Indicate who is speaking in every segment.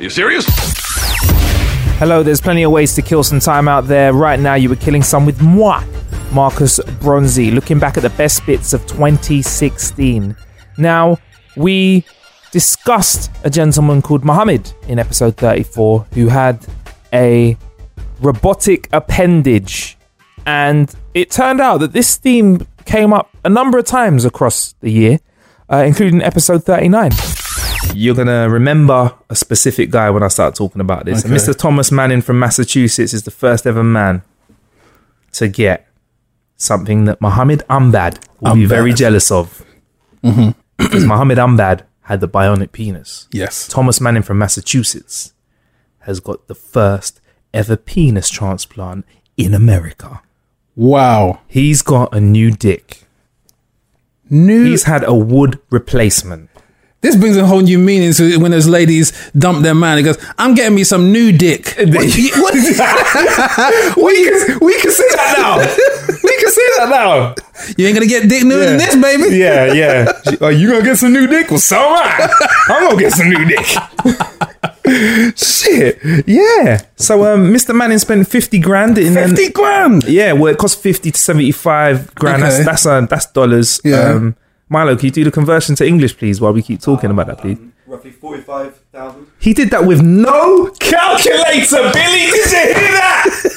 Speaker 1: Are you serious?
Speaker 2: Hello, there's plenty of ways to kill some time out there. Right now, you were killing some with moi, Marcus Bronzi, looking back at the best bits of 2016. Now, we discussed a gentleman called Mohammed in episode 34 who had a robotic appendage. And it turned out that this theme came up a number of times across the year, uh, including episode 39. You're going to remember a specific guy when I start talking about this. And
Speaker 3: Okay.
Speaker 2: Mr. Thomas Manning from Massachusetts is the first ever man to get something that Muhammad Ambad will be
Speaker 3: Ambad. Mm-hmm.
Speaker 2: very jealous of. Because Muhammad Ambad had the bionic penis.
Speaker 3: Yes.
Speaker 2: Thomas Manning from Massachusetts has got the first ever penis transplant in America.
Speaker 3: Wow.
Speaker 2: He's got a new dick.
Speaker 3: New.
Speaker 2: He's had a wood replacement.
Speaker 3: this brings a whole new meaning to when those ladies dump their man. He goes, "I'm getting me some new dick." what, what-
Speaker 2: We can, we can say that now. we can say that now.
Speaker 3: you ain't gonna get dick new than this, baby.
Speaker 2: Yeah, yeah. Are you gonna get some new dick? Well, so am I. I'm gonna get some new dick. Shit. Yeah. So, um, Mr. Manning spent fifty grand in an-
Speaker 3: Fifty grand.
Speaker 2: Yeah, well, it costs fifty to seventy-five grand.
Speaker 3: Okay.
Speaker 2: That's that's uh, that's dollars.
Speaker 3: Yeah.
Speaker 2: Um, Milo, can you do the conversion to English, please, while we keep talking about that, please?
Speaker 4: roughly 45,000.
Speaker 2: He did that with no calculator, Billy. Did you hear that?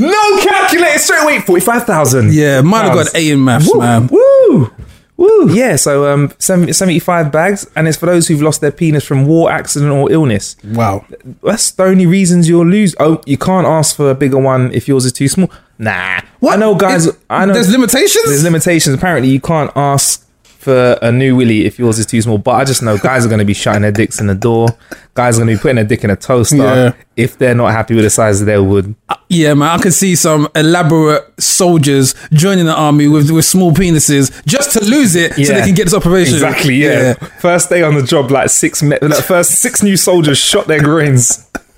Speaker 2: no calculator. Straight away, forty-five thousand.
Speaker 3: Yeah, might have got A in maths,
Speaker 2: Woo,
Speaker 3: man.
Speaker 2: Woo! Woo! Yeah, so um, 70, 75 bags, and it's for those who've lost their penis from war, accident, or illness.
Speaker 3: Wow.
Speaker 2: That's the only reasons you'll lose. Oh, you can't ask for a bigger one if yours is too small. Nah. I know, guys.
Speaker 3: It-
Speaker 2: I know.
Speaker 3: There's limitations.
Speaker 2: There's limitations. Apparently, you can't ask for a new willy if yours is too small. But I just know guys are going to be shutting their dicks in the door. Guys are going to be putting their dick in a toaster
Speaker 3: Yeah.
Speaker 2: if they're not happy with the size of their wood.
Speaker 3: yeah, man. I can see some elaborate soldiers joining the army with with small penises just to lose it, so they
Speaker 2: Yeah.
Speaker 3: can get this operation.
Speaker 2: Exactly. Yeah. First day on the job, like six, me- like first six new soldiers shot their grains.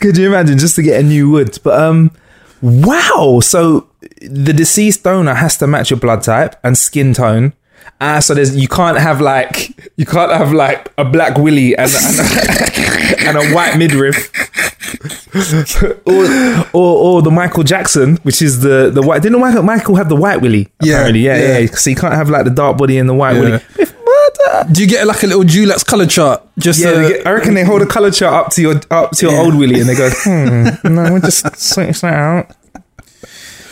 Speaker 2: Could you imagine just to get a new wood? But um, wow. So the deceased donor has to match your blood type and skin tone. Ah, so there's you can't have like you can't have like a black willy and and a, and a white midriff. or, or or the Michael Jackson, which is the the white. Didn't Michael Michael have the white willy?
Speaker 3: Yeah,
Speaker 2: Apparently, yeah, yeah.
Speaker 3: yeah.
Speaker 2: yeah. So you can't have like the dark body and the white
Speaker 3: Yeah.
Speaker 2: willy. If murder.
Speaker 3: Do you get like a little Dulux color chart? Just
Speaker 2: Yeah,
Speaker 3: to-
Speaker 2: they get- I reckon they hold a color chart up to your up to your old willy, and they go, "Hmm, no, we'll just switch that out."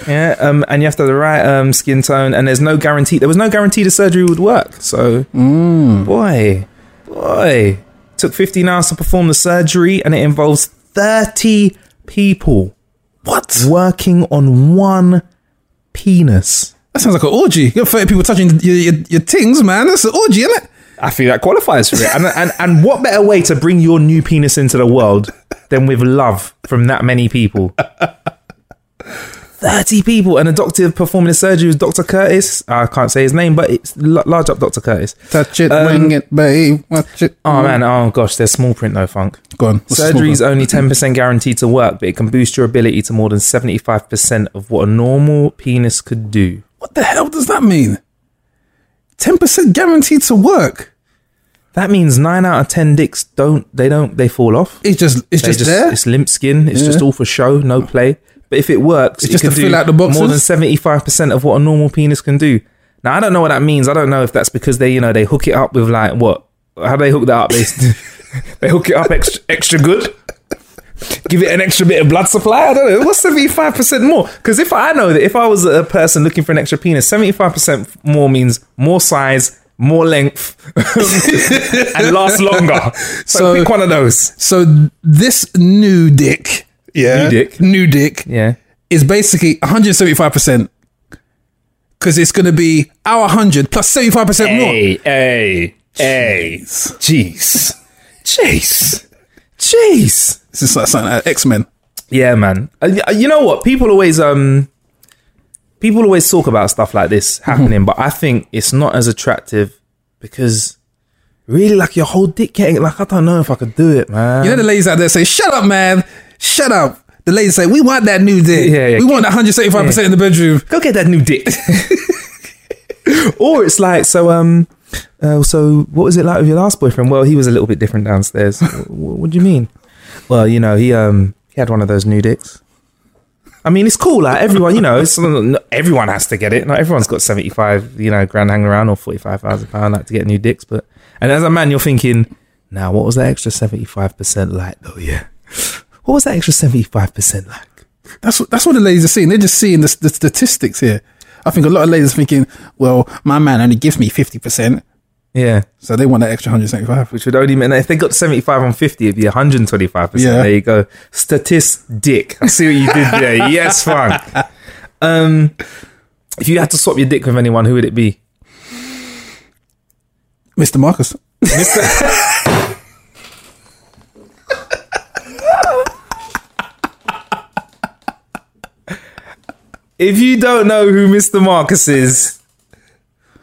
Speaker 2: Yeah, um, and you have to have the right um, skin tone, and there's no guarantee. There was no guarantee the surgery would work. So, Mm. boy, boy, took 15 hours to perform the surgery, and it involves 30 people. What working on one penis?
Speaker 3: that sounds like an orgy. You got thirty people touching your, your, your things, man. That's an orgy, isn't it?
Speaker 2: I feel that qualifies for it. And, and and what better way to bring your new penis into the world than with love from that many people? Thirty people, and a doctor performing the surgery was Doctor Curtis. I can't say his name, but it's l- large up Doctor Curtis.
Speaker 3: Touch it,
Speaker 2: Um,
Speaker 3: bring it, babe. Watch it.
Speaker 2: Oh man, oh gosh, there's small print though, Funk.
Speaker 3: Go on. What's the small
Speaker 2: Surgery's
Speaker 3: print?
Speaker 2: only 10% guaranteed to work, but it can boost your ability to more than 75% of what a normal penis could do.
Speaker 3: What the hell does that mean? Ten percent guaranteed to work.
Speaker 2: That means 9 out of 10 dicks don't, they don't, they fall off.
Speaker 3: It's just it's
Speaker 2: They
Speaker 3: just, there.
Speaker 2: It's limp skin. It's just all for show, no play. But if it works,
Speaker 3: It's
Speaker 2: it
Speaker 3: just
Speaker 2: can
Speaker 3: to
Speaker 2: do
Speaker 3: fill out the boxes?
Speaker 2: more than seventy five percent of what a normal penis can do. Now I don't know what that means. I don't know if that's because they you know they hook it up with like what How do they hook that up? They, they hook it up extra, extra good. Give it an extra bit of blood supply. I don't know. What's seventy five percent more? Because if I know that if I was a person looking for an extra penis, seventy five percent more means more size, more length, and last longer. So,
Speaker 3: So-
Speaker 2: pick one of those.
Speaker 3: So this new dick, yeah,
Speaker 2: New dick.
Speaker 3: new dick
Speaker 2: Yeah.
Speaker 3: is basically 175 percent because it's going to be our 100 plus 75 percent more.
Speaker 2: hey, hey. Jeez. Jeez. Jeez.
Speaker 3: This is like something like X Men.
Speaker 2: Yeah, man. Uh, y- uh, You know what? People always um, people always talk about stuff like this happening, but I think it's not as attractive because really, like your whole dick getting like I don't know if I could do it, man.
Speaker 3: You know the ladies out there say, "Shut up, man! Shut up!" The ladies say, "We want that new dick.
Speaker 2: Yeah, yeah.
Speaker 3: we want that 175 percent in the bedroom."
Speaker 2: Go get that new dick. or it's like so um. Uh, so what was it like with your last boyfriend? Well, he was a little bit different downstairs. what, what do you mean? Well, you know, he um he had one of those new dicks. I mean, it's cool. Like everyone, you know, it's not everyone has to get it. Not everyone's got seventy five, you know, grand hanging around or forty five thousand pound like to get new dicks. But and as a man, you're thinking, now what was that extra seventy five percent like? though? yeah, what was that extra seventy five percent like?
Speaker 3: That's what that's what the ladies are seeing. They're just seeing the, the statistics here. I think a lot of ladies are thinking, "Well, my man only gives me 50 percent,
Speaker 2: Yeah.
Speaker 3: so they want that extra 175."
Speaker 2: which would only mean if they got 75 on 50, it'd be 125%.
Speaker 3: Yeah.
Speaker 2: There you go. Statistic. I see what you did there. yes, Frank. Um, if you had to swap your dick with anyone, who would it be?
Speaker 3: Mr. Marcus.
Speaker 2: If you don't know who Mr. Marcus is,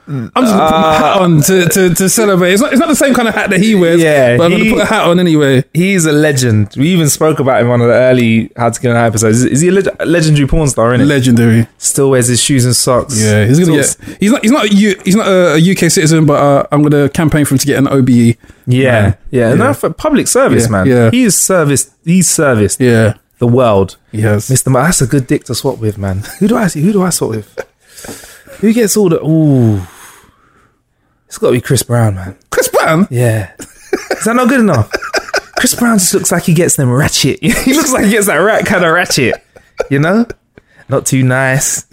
Speaker 3: I'm just gonna put my
Speaker 2: Uh,
Speaker 3: hat on to, to, to celebrate. It's not, it's not the same kind of hat that he wears.
Speaker 2: Yeah,
Speaker 3: but I'm
Speaker 2: he-
Speaker 3: gonna put a hat on anyway.
Speaker 2: he's a legend. We even spoke about him on one of the early How to Get an Eye episodes. Is, is he a, leg- a legendary porn star, isn't
Speaker 3: Legendary.
Speaker 2: Still wears his shoes and socks.
Speaker 3: Yeah, he's gonna
Speaker 2: Still-
Speaker 3: get. He's not. He's not. A U, he's not a, a UK citizen, but uh, I'm gonna campaign for him to get an E. OBE.
Speaker 2: Yeah.
Speaker 3: Man.
Speaker 2: Yeah. No, for public service,
Speaker 3: Yeah,
Speaker 2: man.
Speaker 3: yeah.
Speaker 2: He is serviced. He's serviced
Speaker 3: Yeah,
Speaker 2: the world.
Speaker 3: he has.
Speaker 2: Mr. Ma, that's a good dick to swap with, man. Who do I see? Who do I swap with? Who gets all the ooh? It's got to be Chris Brown, man.
Speaker 3: Chris Brown.
Speaker 2: Yeah, is that not good enough? Chris Brown just looks like he gets them ratchet. he looks like he gets that rat kind of ratchet. You know, not too nice,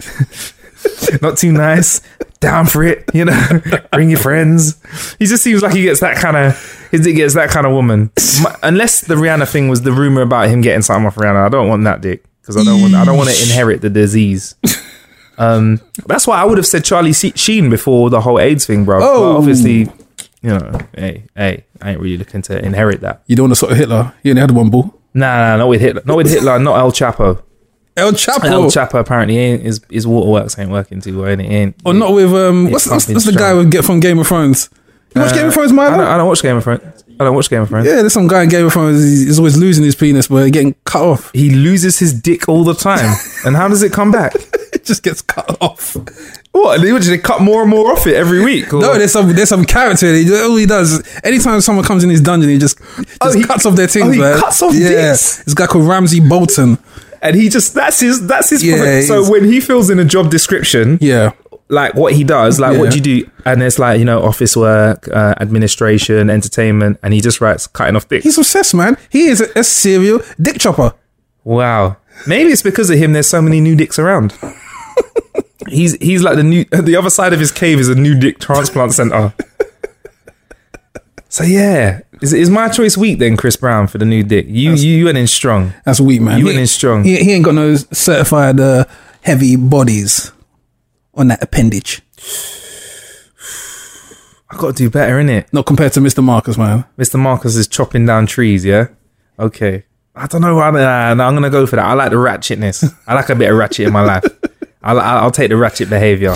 Speaker 2: not too nice. Down for it, you know. Bring your friends. He just seems like he gets that kind of. He gets that kind of woman. My- Unless the Rihanna thing was the rumor about him getting something off Rihanna, I don't want that dick because I don't want. I don't want to inherit the disease. Um, that's why I would have said Charlie Se- Sheen before the whole AIDS thing, bro.
Speaker 3: Oh.
Speaker 2: But obviously, you know, hey, hey, I ain't really looking to inherit that.
Speaker 3: You don't want to sort of Hitler. You only had one ball.
Speaker 2: Nah, nah, not with Hitler, not with Hitler, not El Chapo.
Speaker 3: El Chapo.
Speaker 2: El Chapo apparently ain't his his waterworks ain't working too well, and it ain't.
Speaker 3: Or not with um.
Speaker 2: It's
Speaker 3: What's, what's,
Speaker 2: fucking
Speaker 3: what's the guy
Speaker 2: strong. Uh,
Speaker 3: we get from Game of Thrones? You watch Game of Thrones,
Speaker 2: I don't,
Speaker 3: Milo?
Speaker 2: I don't watch Game of Thrones. I don't watch Game of Thrones.
Speaker 3: Yeah, there's some guy in Game of Thrones. He's he's always losing his penis, but getting cut off.
Speaker 2: He loses his dick all the time, and how does it come back?
Speaker 3: It just gets cut off.
Speaker 2: What? They, they cut more and more off it every week. or-
Speaker 3: No, there's some there's some character. He, all he does, anytime someone comes in his dungeon, he just, just
Speaker 2: he-
Speaker 3: cuts off their things.
Speaker 2: oh, he
Speaker 3: man.
Speaker 2: cuts off
Speaker 3: yeah.
Speaker 2: dicks?
Speaker 3: This guy called Ramsey Bolton.
Speaker 2: and he just that's his that's his.
Speaker 3: Yeah,
Speaker 2: prof- so
Speaker 3: he's-
Speaker 2: when he fills in a job description,
Speaker 3: Yeah,
Speaker 2: like what he does, like what
Speaker 3: Yeah.
Speaker 2: do you do? And it's like, you know, office work, uh, administration, entertainment, and he just writes cutting off dicks.
Speaker 3: he's obsessed, man. He is a, a serial dick chopper.
Speaker 2: Wow. Maybe it's because of him there's so many new dicks around. he's he's like the new the other side of his cave is a new dick transplant center. so yeah. Is is my choice weak then, Chris Brown, for the new dick? You you, you went in strong.
Speaker 3: That's weak, man.
Speaker 2: You
Speaker 3: He-
Speaker 2: went in strong.
Speaker 3: He, he ain't got no certified uh, heavy bodies on that appendage.
Speaker 2: I gotta do better, innit?
Speaker 3: Not compared to Mr. Marcus, man.
Speaker 2: Mr. Marcus is chopping down trees, yeah? Okay. I don't know. I, uh, no, I'm going to go for that. I like the ratchetness. I like a bit of ratchet in my life. I'll, I'll I'll take the ratchet behavior.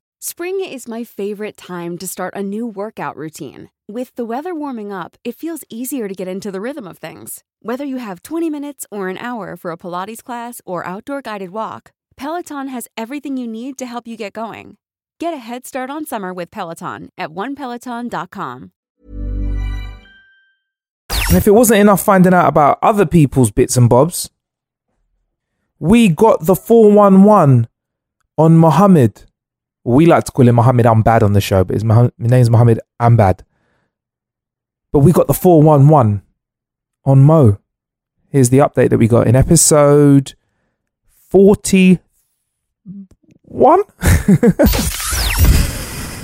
Speaker 5: Spring is my favorite time to start a new workout routine. With the weather warming up, it feels easier to get into the rhythm of things. Whether you have 20 minutes or an hour for a Pilates class or outdoor guided walk, Peloton has everything you need to help you get going. Get a head start on summer with Peloton at onepeloton.com.
Speaker 2: And if it wasn't enough finding out about other people's bits and bobs, we got the 411 on Muhammad. We like to call him Muhammad Ambad on the show, but his, Muhammad, his name's Muhammad Ambad. But we got the 411 on Mo. Here's the update that we got in episode 41.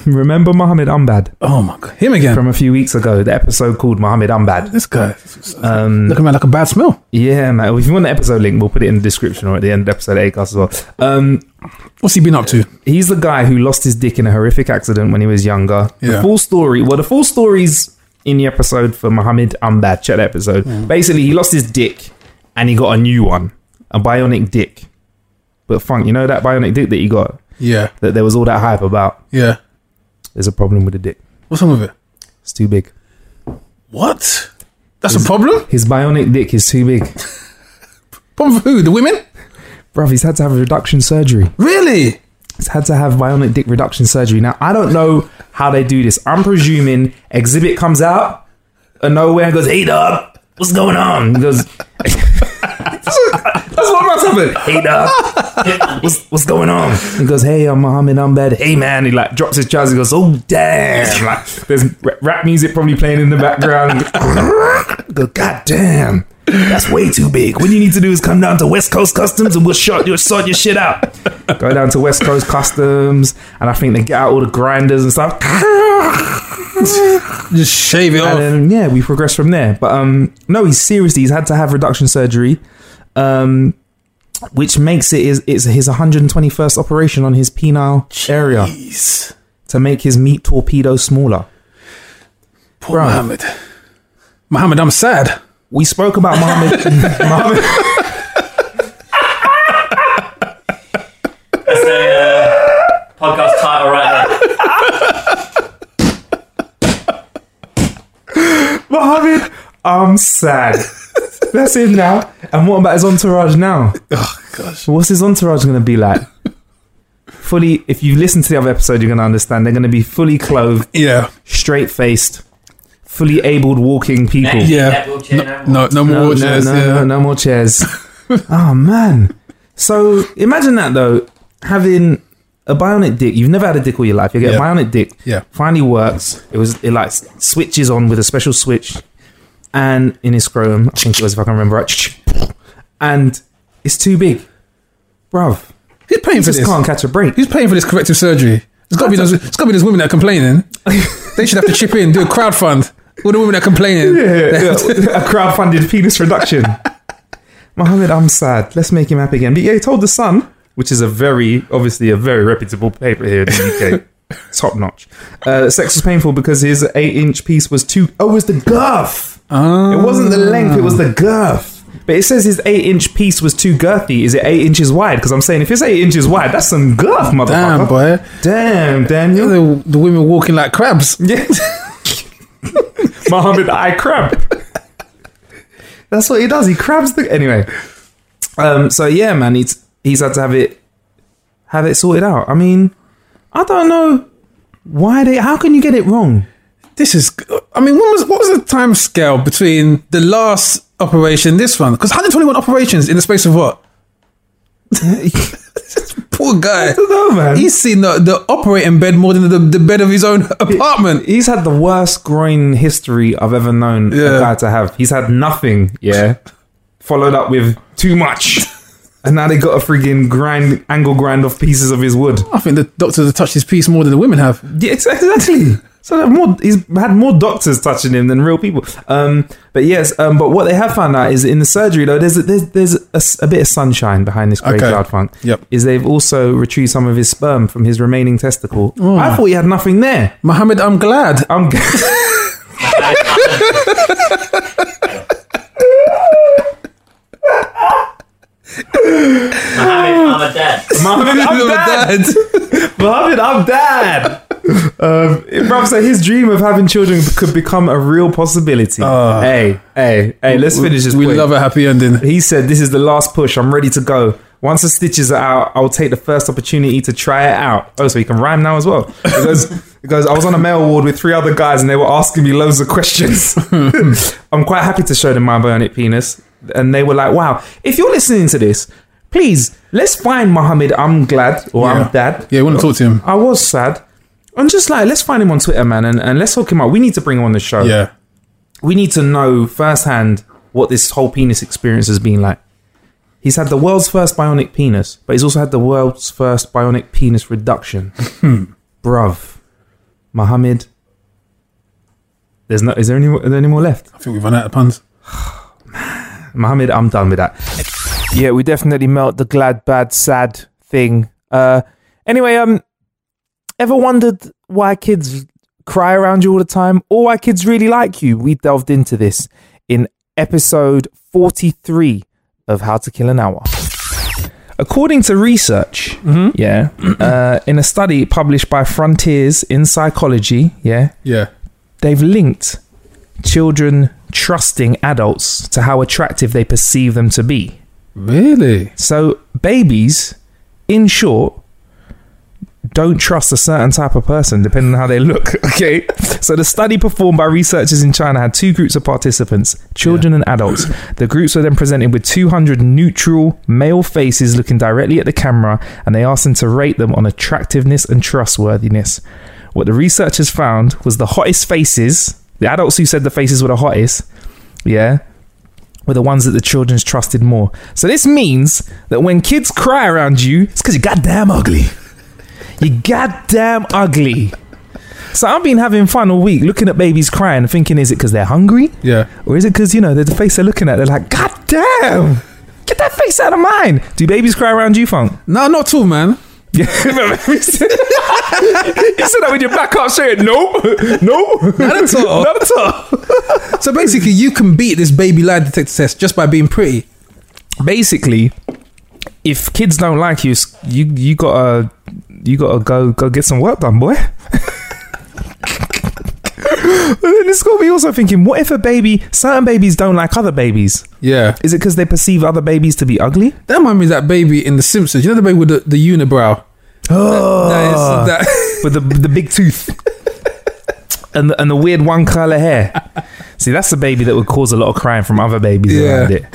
Speaker 2: Remember Muhammad Ambad
Speaker 3: Oh my god, him again.
Speaker 2: from a few weeks ago, the episode called Muhammad Ambad.
Speaker 3: this guy
Speaker 2: Um,
Speaker 3: looking at like a bad smell.
Speaker 2: Yeah, man. If you want the episode link, we'll put it in the description or at the end of the episode at Acast as well. Um,
Speaker 3: What's he been up to?
Speaker 2: he's the guy who lost his dick in a horrific accident when he was younger. The
Speaker 3: Yeah.
Speaker 2: full story. Well, the full story's in the episode for Muhammad Ambad. Check that episode. Basically, he lost his dick and he got a new one, a bionic dick. But funk, you know that bionic dick that he got
Speaker 3: Yeah,
Speaker 2: that there was all that hype about.
Speaker 3: yeah.
Speaker 2: There's a problem with the dick.
Speaker 3: What's wrong with it?
Speaker 2: It's too big.
Speaker 3: What? That's a problem.
Speaker 2: His bionic dick is too big.
Speaker 3: Problem for who? The women?
Speaker 2: Bruv, he's had to have a reduction surgery.
Speaker 3: Really?
Speaker 2: has had to have bionic dick reduction surgery. Now, I don't know how they do this. I'm presuming Exhibit comes out of nowhere and goes, Hey, dog, what's going on? He goes, That's what must happen. Hey, dog, what's, what's going on? He goes, Hey, I'm Muhammad Ahmed. Hey, man. He like drops his trousers. He goes, Oh, damn. Like, there's ra- rap music probably playing in the background. go, God damn. That's way too big. What you need to do is come down to West Coast Customs and we'll short your sort your shit out. Go down to West Coast Customs and I think they get out all the grinders and stuff.
Speaker 3: Just shave it off.
Speaker 2: And uh, then, yeah, we progress from there. But um, no, he's seriously he's had to have reduction surgery, um, which makes it is it's his 121st operation on his penile area
Speaker 3: Jeez.
Speaker 2: to make his meat torpedo smaller.
Speaker 3: Poor Muhammad. Muhammad, I'm sad.
Speaker 2: We spoke about Mohammed. Mohammed
Speaker 6: That's the uh, podcast title right there.
Speaker 2: Mohammed, I'm sad. That's him now. And what about his entourage now?
Speaker 3: Oh gosh.
Speaker 2: What's his entourage going to be like? Fully, if you listen to the other episode, you're going to understand. They're going to be fully clothed,
Speaker 3: Yeah.
Speaker 2: straight faced, fully abled walking people.
Speaker 3: Yeah.
Speaker 6: That wheelchair now.
Speaker 3: No, no more
Speaker 2: no,
Speaker 3: watches.
Speaker 2: No, no,
Speaker 3: yeah.
Speaker 2: no, no more chairs. oh man. So imagine that though, having a bionic dick. You've never had a dick all your life. You get
Speaker 3: Yeah.
Speaker 2: a bionic dick.
Speaker 3: Yeah.
Speaker 2: Finally works. It was it like switches on with a special switch, and in his scrotum, I think it was if I can remember right. And it's too big, bruv.
Speaker 3: Who's paying
Speaker 2: You
Speaker 3: for
Speaker 2: just
Speaker 3: this?
Speaker 2: can't catch a break.
Speaker 3: Who's paying for this corrective surgery? It's gotta be those. It's gotta be those women that are complaining. they should have to chip in, do a crowdfund. All the women that are complaining.
Speaker 2: a crowdfunded penis reduction. Mohammed, I'm sad. Let's make him happy again. But yeah, he told The Sun, which is a very, obviously, a very reputable paper here in the UK. Top notch. Uh, sex was painful because his eight inch piece was too. Oh, it was the girth. It wasn't
Speaker 3: Ah.
Speaker 2: the length, it was the girth. But it says his eight inch piece was too girthy. Is it eight inches wide? Because I'm saying if it's eight inches wide, that's some girth, motherfucker.
Speaker 3: Damn, boy.
Speaker 2: Damn, Daniel.
Speaker 3: The, the women walking like crabs.
Speaker 2: Mohammed, I crab. That's what he does. He crabs the anyway. Um. So yeah, man, he's he's had to have it have it sorted out. I mean, I don't know why they. How can you get it wrong?
Speaker 3: This is. I mean, what was what was the time scale between the last operation, and this one? Because 121 operations in the space of what? Poor guy.
Speaker 2: No, Oh, man.
Speaker 3: He's seen the, the operating bed more than the, the bed of his own apartment.
Speaker 2: He's had the worst groin history I've ever known
Speaker 3: Yeah.
Speaker 2: a guy to have. He's had nothing, yeah, followed up with too much, And now they got a friggin' grind angle grind off pieces of his wood.
Speaker 3: I think the doctors have touched his piece more than the women have.
Speaker 2: Yeah, ex- exactly. So they're more, he's had more doctors touching him than real people. Um, but yes, um, but what they have found out is in the surgery though, there's a, there's there's a, s- a bit of sunshine behind this graveyard funk.
Speaker 3: Yep.
Speaker 2: Is they've also retrieved some of his sperm from his remaining testicle.
Speaker 3: Oh.
Speaker 2: I thought he had nothing there.
Speaker 3: Mohammed, I'm glad.
Speaker 2: I'm.
Speaker 6: Mohammed, I'm a dad.
Speaker 2: Mohammed, I'm
Speaker 3: You're
Speaker 2: dad. Mohammed, I'm dad. Um, bruv, so his dream of having children could become a real possibility. hey, hey, hey, let's finish this.
Speaker 3: Ah. We
Speaker 2: point.
Speaker 3: love a happy ending.
Speaker 2: He said, This is the last push. I'm ready to go. Once the stitches are out, I'll take the first opportunity to try it out. Oh, so he can rhyme now as well. It goes, it goes I was on a mail ward with three other guys and they were asking me loads of questions. I'm quite happy to show them my bionic penis. And they were like, Wow, if you're listening to this, please let's find Mohammed. I'm glad or
Speaker 3: Yeah.
Speaker 2: I'm dad.
Speaker 3: Yeah, we want to talk to him.
Speaker 2: I was sad. I'm just like, let's find him on Twitter, man, and, and let's hook him up. We need to bring him on the show
Speaker 3: Yeah.
Speaker 2: we need to know firsthand what this whole penis experience has been like. He's had the world's first bionic penis, but he's also had the world's first bionic penis reduction. Bruv, Mohammed. There's no. Is there any? Are there any more left?
Speaker 3: I think we've run out of puns.
Speaker 2: Mohammed, I'm done with that.
Speaker 7: Yeah, we definitely melt the glad, bad, sad thing. Uh, anyway, um, ever wondered why kids cry around you all the time, or why kids really like you? We delved into this in episode forty-three of How to Kill an Hour.
Speaker 2: According to research, yeah, uh, in a study published by Frontiers in Psychology, yeah,
Speaker 3: Yeah.
Speaker 2: they've linked children trusting adults to how attractive they perceive them to be.
Speaker 3: Really?
Speaker 2: So babies, in short, don't trust a certain type of person depending on how they look. Okay. So the study performed by researchers in China had two groups of participants, children and adults. The groups were then presented with 200 neutral male faces looking directly at the camera and they asked them to rate them on attractiveness and trustworthiness. What the researchers found was the hottest faces, the adults who said the faces were the hottest, yeah, were the ones that the children's trusted more. So this means that when kids cry around you, it's because you're goddamn ugly. You're goddamn ugly. So I've been having fun all week looking at babies crying and thinking, is it because they're hungry?
Speaker 3: Yeah.
Speaker 2: Or is it because, you know, they're the face they're looking at? They're like, God damn! Get that face out of mine! Do babies cry around you, Funk?
Speaker 3: No, not at all, man.
Speaker 2: Yeah. he said that with your back up straight. No, no,
Speaker 3: Not at all.
Speaker 2: not at all.
Speaker 3: So basically, you can beat this baby lie detector test just by being pretty.
Speaker 2: basically, if kids don't like you, s- you you gotta you gotta go go get some work done, boy. but then this got me also thinking: what if a baby, certain babies don't like other babies?
Speaker 3: Yeah.
Speaker 2: Is it because they perceive other babies to be ugly?
Speaker 3: That reminds me of that baby in The Simpsons. You know the baby with the, the unibrow?
Speaker 2: Oh,
Speaker 3: That is,
Speaker 2: with the the big tooth. And the, and the weird one color hair. See, that's the baby that would cause a lot of crying from other babies
Speaker 3: Yeah.
Speaker 2: around it.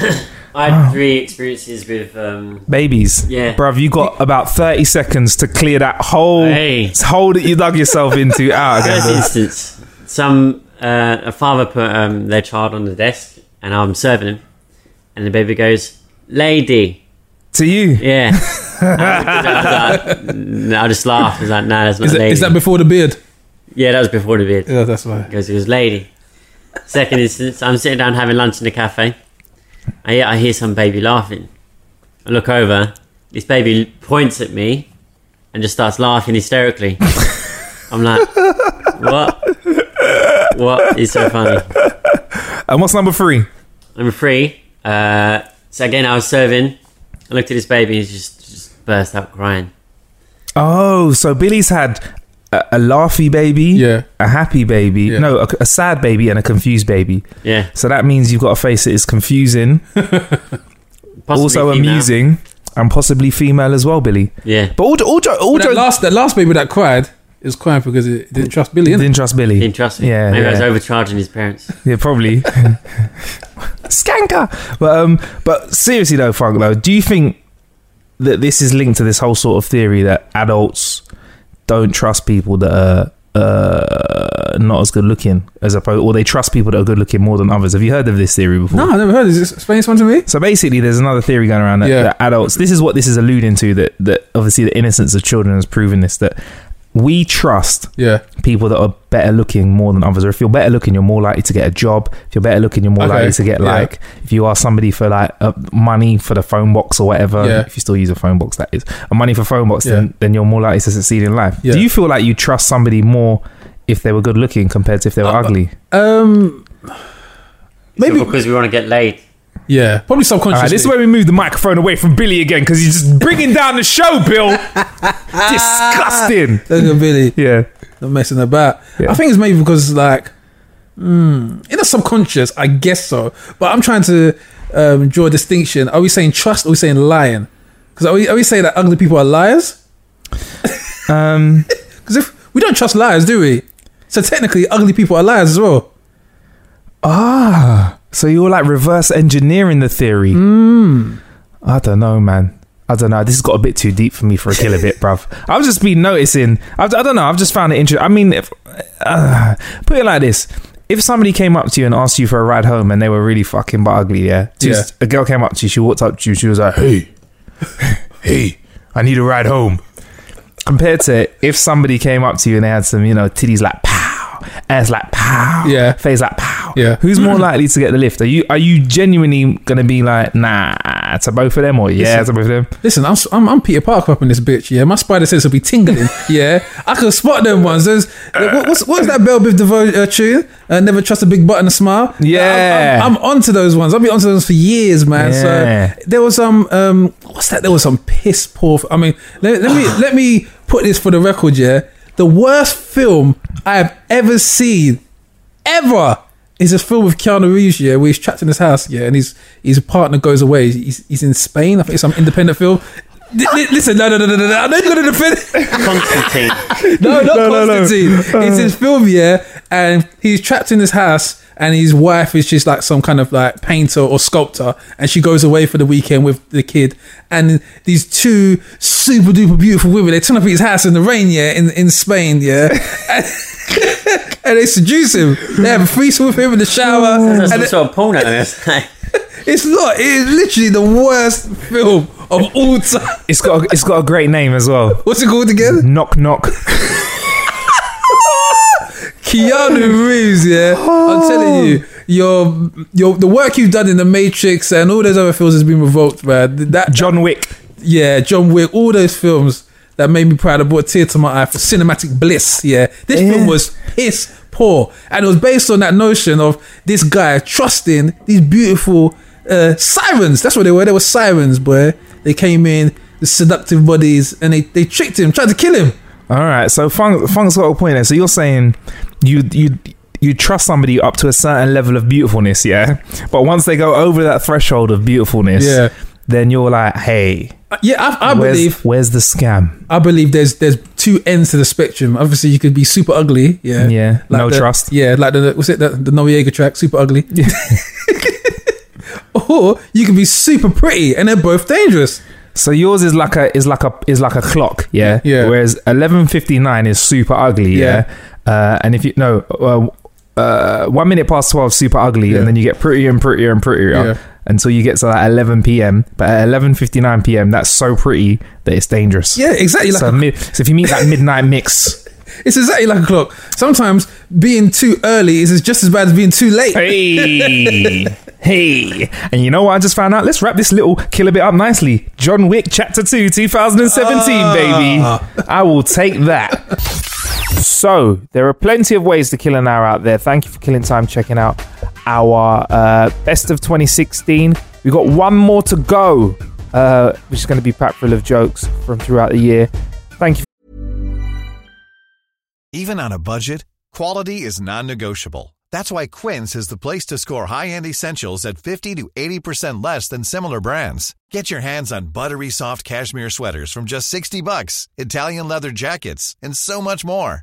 Speaker 6: I had three experiences with um,
Speaker 2: babies.
Speaker 6: Yeah.
Speaker 2: Bruv, you got about 30 seconds to clear that whole
Speaker 6: Hey.
Speaker 2: hole that you dug yourself into out
Speaker 6: first
Speaker 2: again.
Speaker 6: instance. Some uh, a father put um, their child on the desk, and I'm serving him, and the baby goes, "Lady,
Speaker 2: to you.
Speaker 6: yeah." And I, was like, no, I just laughed. I was like, "No, that's not
Speaker 3: is,
Speaker 6: a
Speaker 3: that,
Speaker 6: lady."
Speaker 3: is that before the beard?
Speaker 6: yeah, that was before the beard.
Speaker 3: Yeah, that's right.
Speaker 6: Because it was lady. Second instance, I'm sitting down having lunch in the cafe. I hear, I hear some baby laughing. I look over. This baby points at me and just starts laughing hysterically. I'm like, what? What is so funny?
Speaker 2: And what's number three?
Speaker 6: Number three. Uh, so again, I was serving. I looked at this baby and he just, just burst out crying.
Speaker 2: Oh, so Billy's had a, a laughy baby,
Speaker 3: Yeah.
Speaker 2: a happy baby,
Speaker 3: Yeah.
Speaker 2: no, a, a sad baby, and a confused baby.
Speaker 6: Yeah.
Speaker 2: So that means you've got a face that is confusing,
Speaker 6: Possibly
Speaker 2: also
Speaker 6: female.
Speaker 2: amusing, and possibly female as well, Billy.
Speaker 6: Yeah.
Speaker 2: But all, jo- all, jo- all
Speaker 3: But that
Speaker 2: jo-
Speaker 3: last, that last baby that cried is crying because it didn't trust Billy. innit?
Speaker 2: didn't trust Billy.
Speaker 6: Didn't trust me.
Speaker 2: Yeah,
Speaker 6: Maybe I
Speaker 2: yeah.
Speaker 6: was overcharging his parents.
Speaker 2: Yeah, probably. Skanker. But um, but seriously though, Frank, though, do you think that this is linked to this whole sort of theory that adults don't trust people that are uh, not as good looking as opposed, or they trust people that are good looking more than others. Have you heard of this theory before?
Speaker 3: No, I never heard. Is this explain this one to me?
Speaker 2: So basically, there's another theory going around that,
Speaker 3: Yeah.
Speaker 2: that adults. This is what this is alluding to. That that obviously the innocence of children has proven this. That we trust
Speaker 3: Yeah.
Speaker 2: people that are better looking more than others. Or if you're better looking, you're more likely to get a job. If you're better looking, you're more
Speaker 3: Okay,
Speaker 2: likely to get
Speaker 3: yeah.
Speaker 2: like. If you are somebody for like uh, money for the phone box or whatever,
Speaker 3: Yeah.
Speaker 2: if you still use a phone box, that is, a money for phone box,
Speaker 3: Yeah.
Speaker 2: then then you're more likely to succeed in life.
Speaker 3: Yeah.
Speaker 2: Do you feel like you trust somebody more if they were good looking compared to if they were ugly?
Speaker 3: Um.
Speaker 6: Maybe
Speaker 3: Maybe.
Speaker 6: because we want to get laid.
Speaker 3: Yeah. Probably
Speaker 2: All
Speaker 3: subconsciously.
Speaker 2: right, this is where we move the microphone away from Billy again because he's just bringing down the show, Bill. Disgusting.
Speaker 3: Look at Billy.
Speaker 2: Yeah.
Speaker 3: Not messing about.
Speaker 2: Yeah.
Speaker 3: I think it's maybe because like, mm, in the subconscious, I guess so. But I'm trying to um, draw a distinction. Are we saying trust? Or are we saying lying? Because are we, are we saying that ugly people are liars?
Speaker 2: Um.
Speaker 3: Because if we don't trust liars, do we? So technically, ugly people are liars as well.
Speaker 2: Ah. So you're like reverse engineering the theory.
Speaker 3: Hmm.
Speaker 2: I don't know, man. I don't know. This has got a bit too deep for me for a killer bit, bruv. I've just been noticing. I've, I don't know. I've just found it interesting. I mean, if, uh, put it like this. If somebody came up to you and asked you for a ride home and they were really fucking but ugly, yeah?
Speaker 3: Yeah.
Speaker 2: Just, A girl came up to you, she walked up to you, she was like, hey, hey, I need a ride home. Compared to if somebody came up to you and they had some, you know, titties like pow, ass like pow,
Speaker 3: Yeah.
Speaker 2: face like pow,
Speaker 3: Yeah.
Speaker 2: who's more likely to get the lift? Are you are you genuinely gonna be like nah to both of them or yeah to both of them?
Speaker 3: Listen, I'm, I'm I'm Peter Parker up in this bitch. Yeah, my spider sense will be tingling. yeah, I can spot them ones. There's what, what's what's that Bell Biv DeVoe uh, tune? Uh, Never trust a big butt and a smile.
Speaker 2: Yeah.
Speaker 3: I'm, I'm, I'm onto those ones. I've been onto those for years, man.
Speaker 2: Yeah.
Speaker 3: So there was some um what's that? There was some piss poor. I mean, let, let me let me put this for the record. Yeah, the worst film I have ever seen ever is a film with Keanu Reeves, yeah, where he's trapped in his house, yeah, and his his partner goes away. He's, he's in Spain. I think it's some independent film. Li- li- Listen, no, no, no, no, no, no. I know you're gonna defend.
Speaker 6: Constantine.
Speaker 3: No, not
Speaker 2: No, no, Uh. no.
Speaker 3: Constantine. It's his film, yeah, and he's trapped in his house, and his wife is just like some kind of like painter or sculptor, and she goes away for the weekend with the kid, and these two super duper beautiful women they turn up at his house in the rain, yeah, in in Spain, yeah, and, and they seduce him. They have a threesome with him in the shower,
Speaker 2: Oh.
Speaker 6: That's
Speaker 3: and
Speaker 6: some
Speaker 3: it-
Speaker 6: sort of porno. That's like,
Speaker 3: it's not. It is literally the worst film of all time.
Speaker 2: It's got a, it's got a great name as well.
Speaker 3: What's it called again?
Speaker 2: Knock knock.
Speaker 3: Keanu Reeves, yeah. I'm telling you, your your the work you've done in The Matrix and all those other films has been revoked, man. That
Speaker 2: John Wick.
Speaker 3: yeah, John Wick, all those films that made me proud. I brought a tear to my eye for cinematic bliss. Yeah, this film was piss poor, and it was based on that notion of this guy trusting these beautiful uh, sirens. That's what they were. They were sirens, boy. They came in, the seductive bodies, and they they tricked him, tried to kill him.
Speaker 2: All right, so Fung Fung's got a point there. So you're saying you you you trust somebody up to a certain level of beautifulness, yeah. But once they go over that threshold of beautifulness,
Speaker 3: Yeah.
Speaker 2: then you're like, hey,
Speaker 3: Uh, Yeah, I, I
Speaker 2: where's,
Speaker 3: believe.
Speaker 2: where's the scam?
Speaker 3: I believe there's there's two ends to the spectrum. Obviously, you could be super ugly, yeah,
Speaker 2: Yeah, no
Speaker 3: the-
Speaker 2: trust.
Speaker 3: yeah, like the was it the, the Noriega track, super ugly, or you could be super pretty, and they're both dangerous.
Speaker 2: So yours is like a is like a is like a clock, yeah.
Speaker 3: Yeah.
Speaker 2: Whereas eleven fifty nine is super ugly, yeah. Uh, and if you no, uh, uh, one minute past twelve, super ugly,
Speaker 3: Yeah.
Speaker 2: and then you get prettier and prettier and prettier
Speaker 3: Yeah.
Speaker 2: until you get to that eleven p.m. But at eleven fifty nine p.m., that's so pretty that it's dangerous.
Speaker 3: Yeah, exactly. Like
Speaker 2: So, mid, so if you meet that midnight mix,
Speaker 3: it's exactly like a clock. Sometimes being too early is just as bad as being too late.
Speaker 2: hey, hey, and you know what I just found out? Let's wrap this little killer bit up nicely. John Wick, Chapter Two, 2017, baby. I will take that. So there are plenty of ways to kill an hour out there. Thank you for killing time checking out our uh, best of 2016. We got one more to go, uh, which is going to be packed full of jokes from throughout the year. Thank you.
Speaker 8: Even on a budget, quality is non-negotiable. That's why Quince is the place to score high-end essentials at 50 to 80% less than similar brands. Get your hands on buttery soft cashmere sweaters from just 60 bucks, Italian leather jackets, and so much more.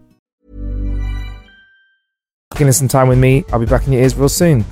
Speaker 2: Killing some time with me. I'll be back in your ears real soon.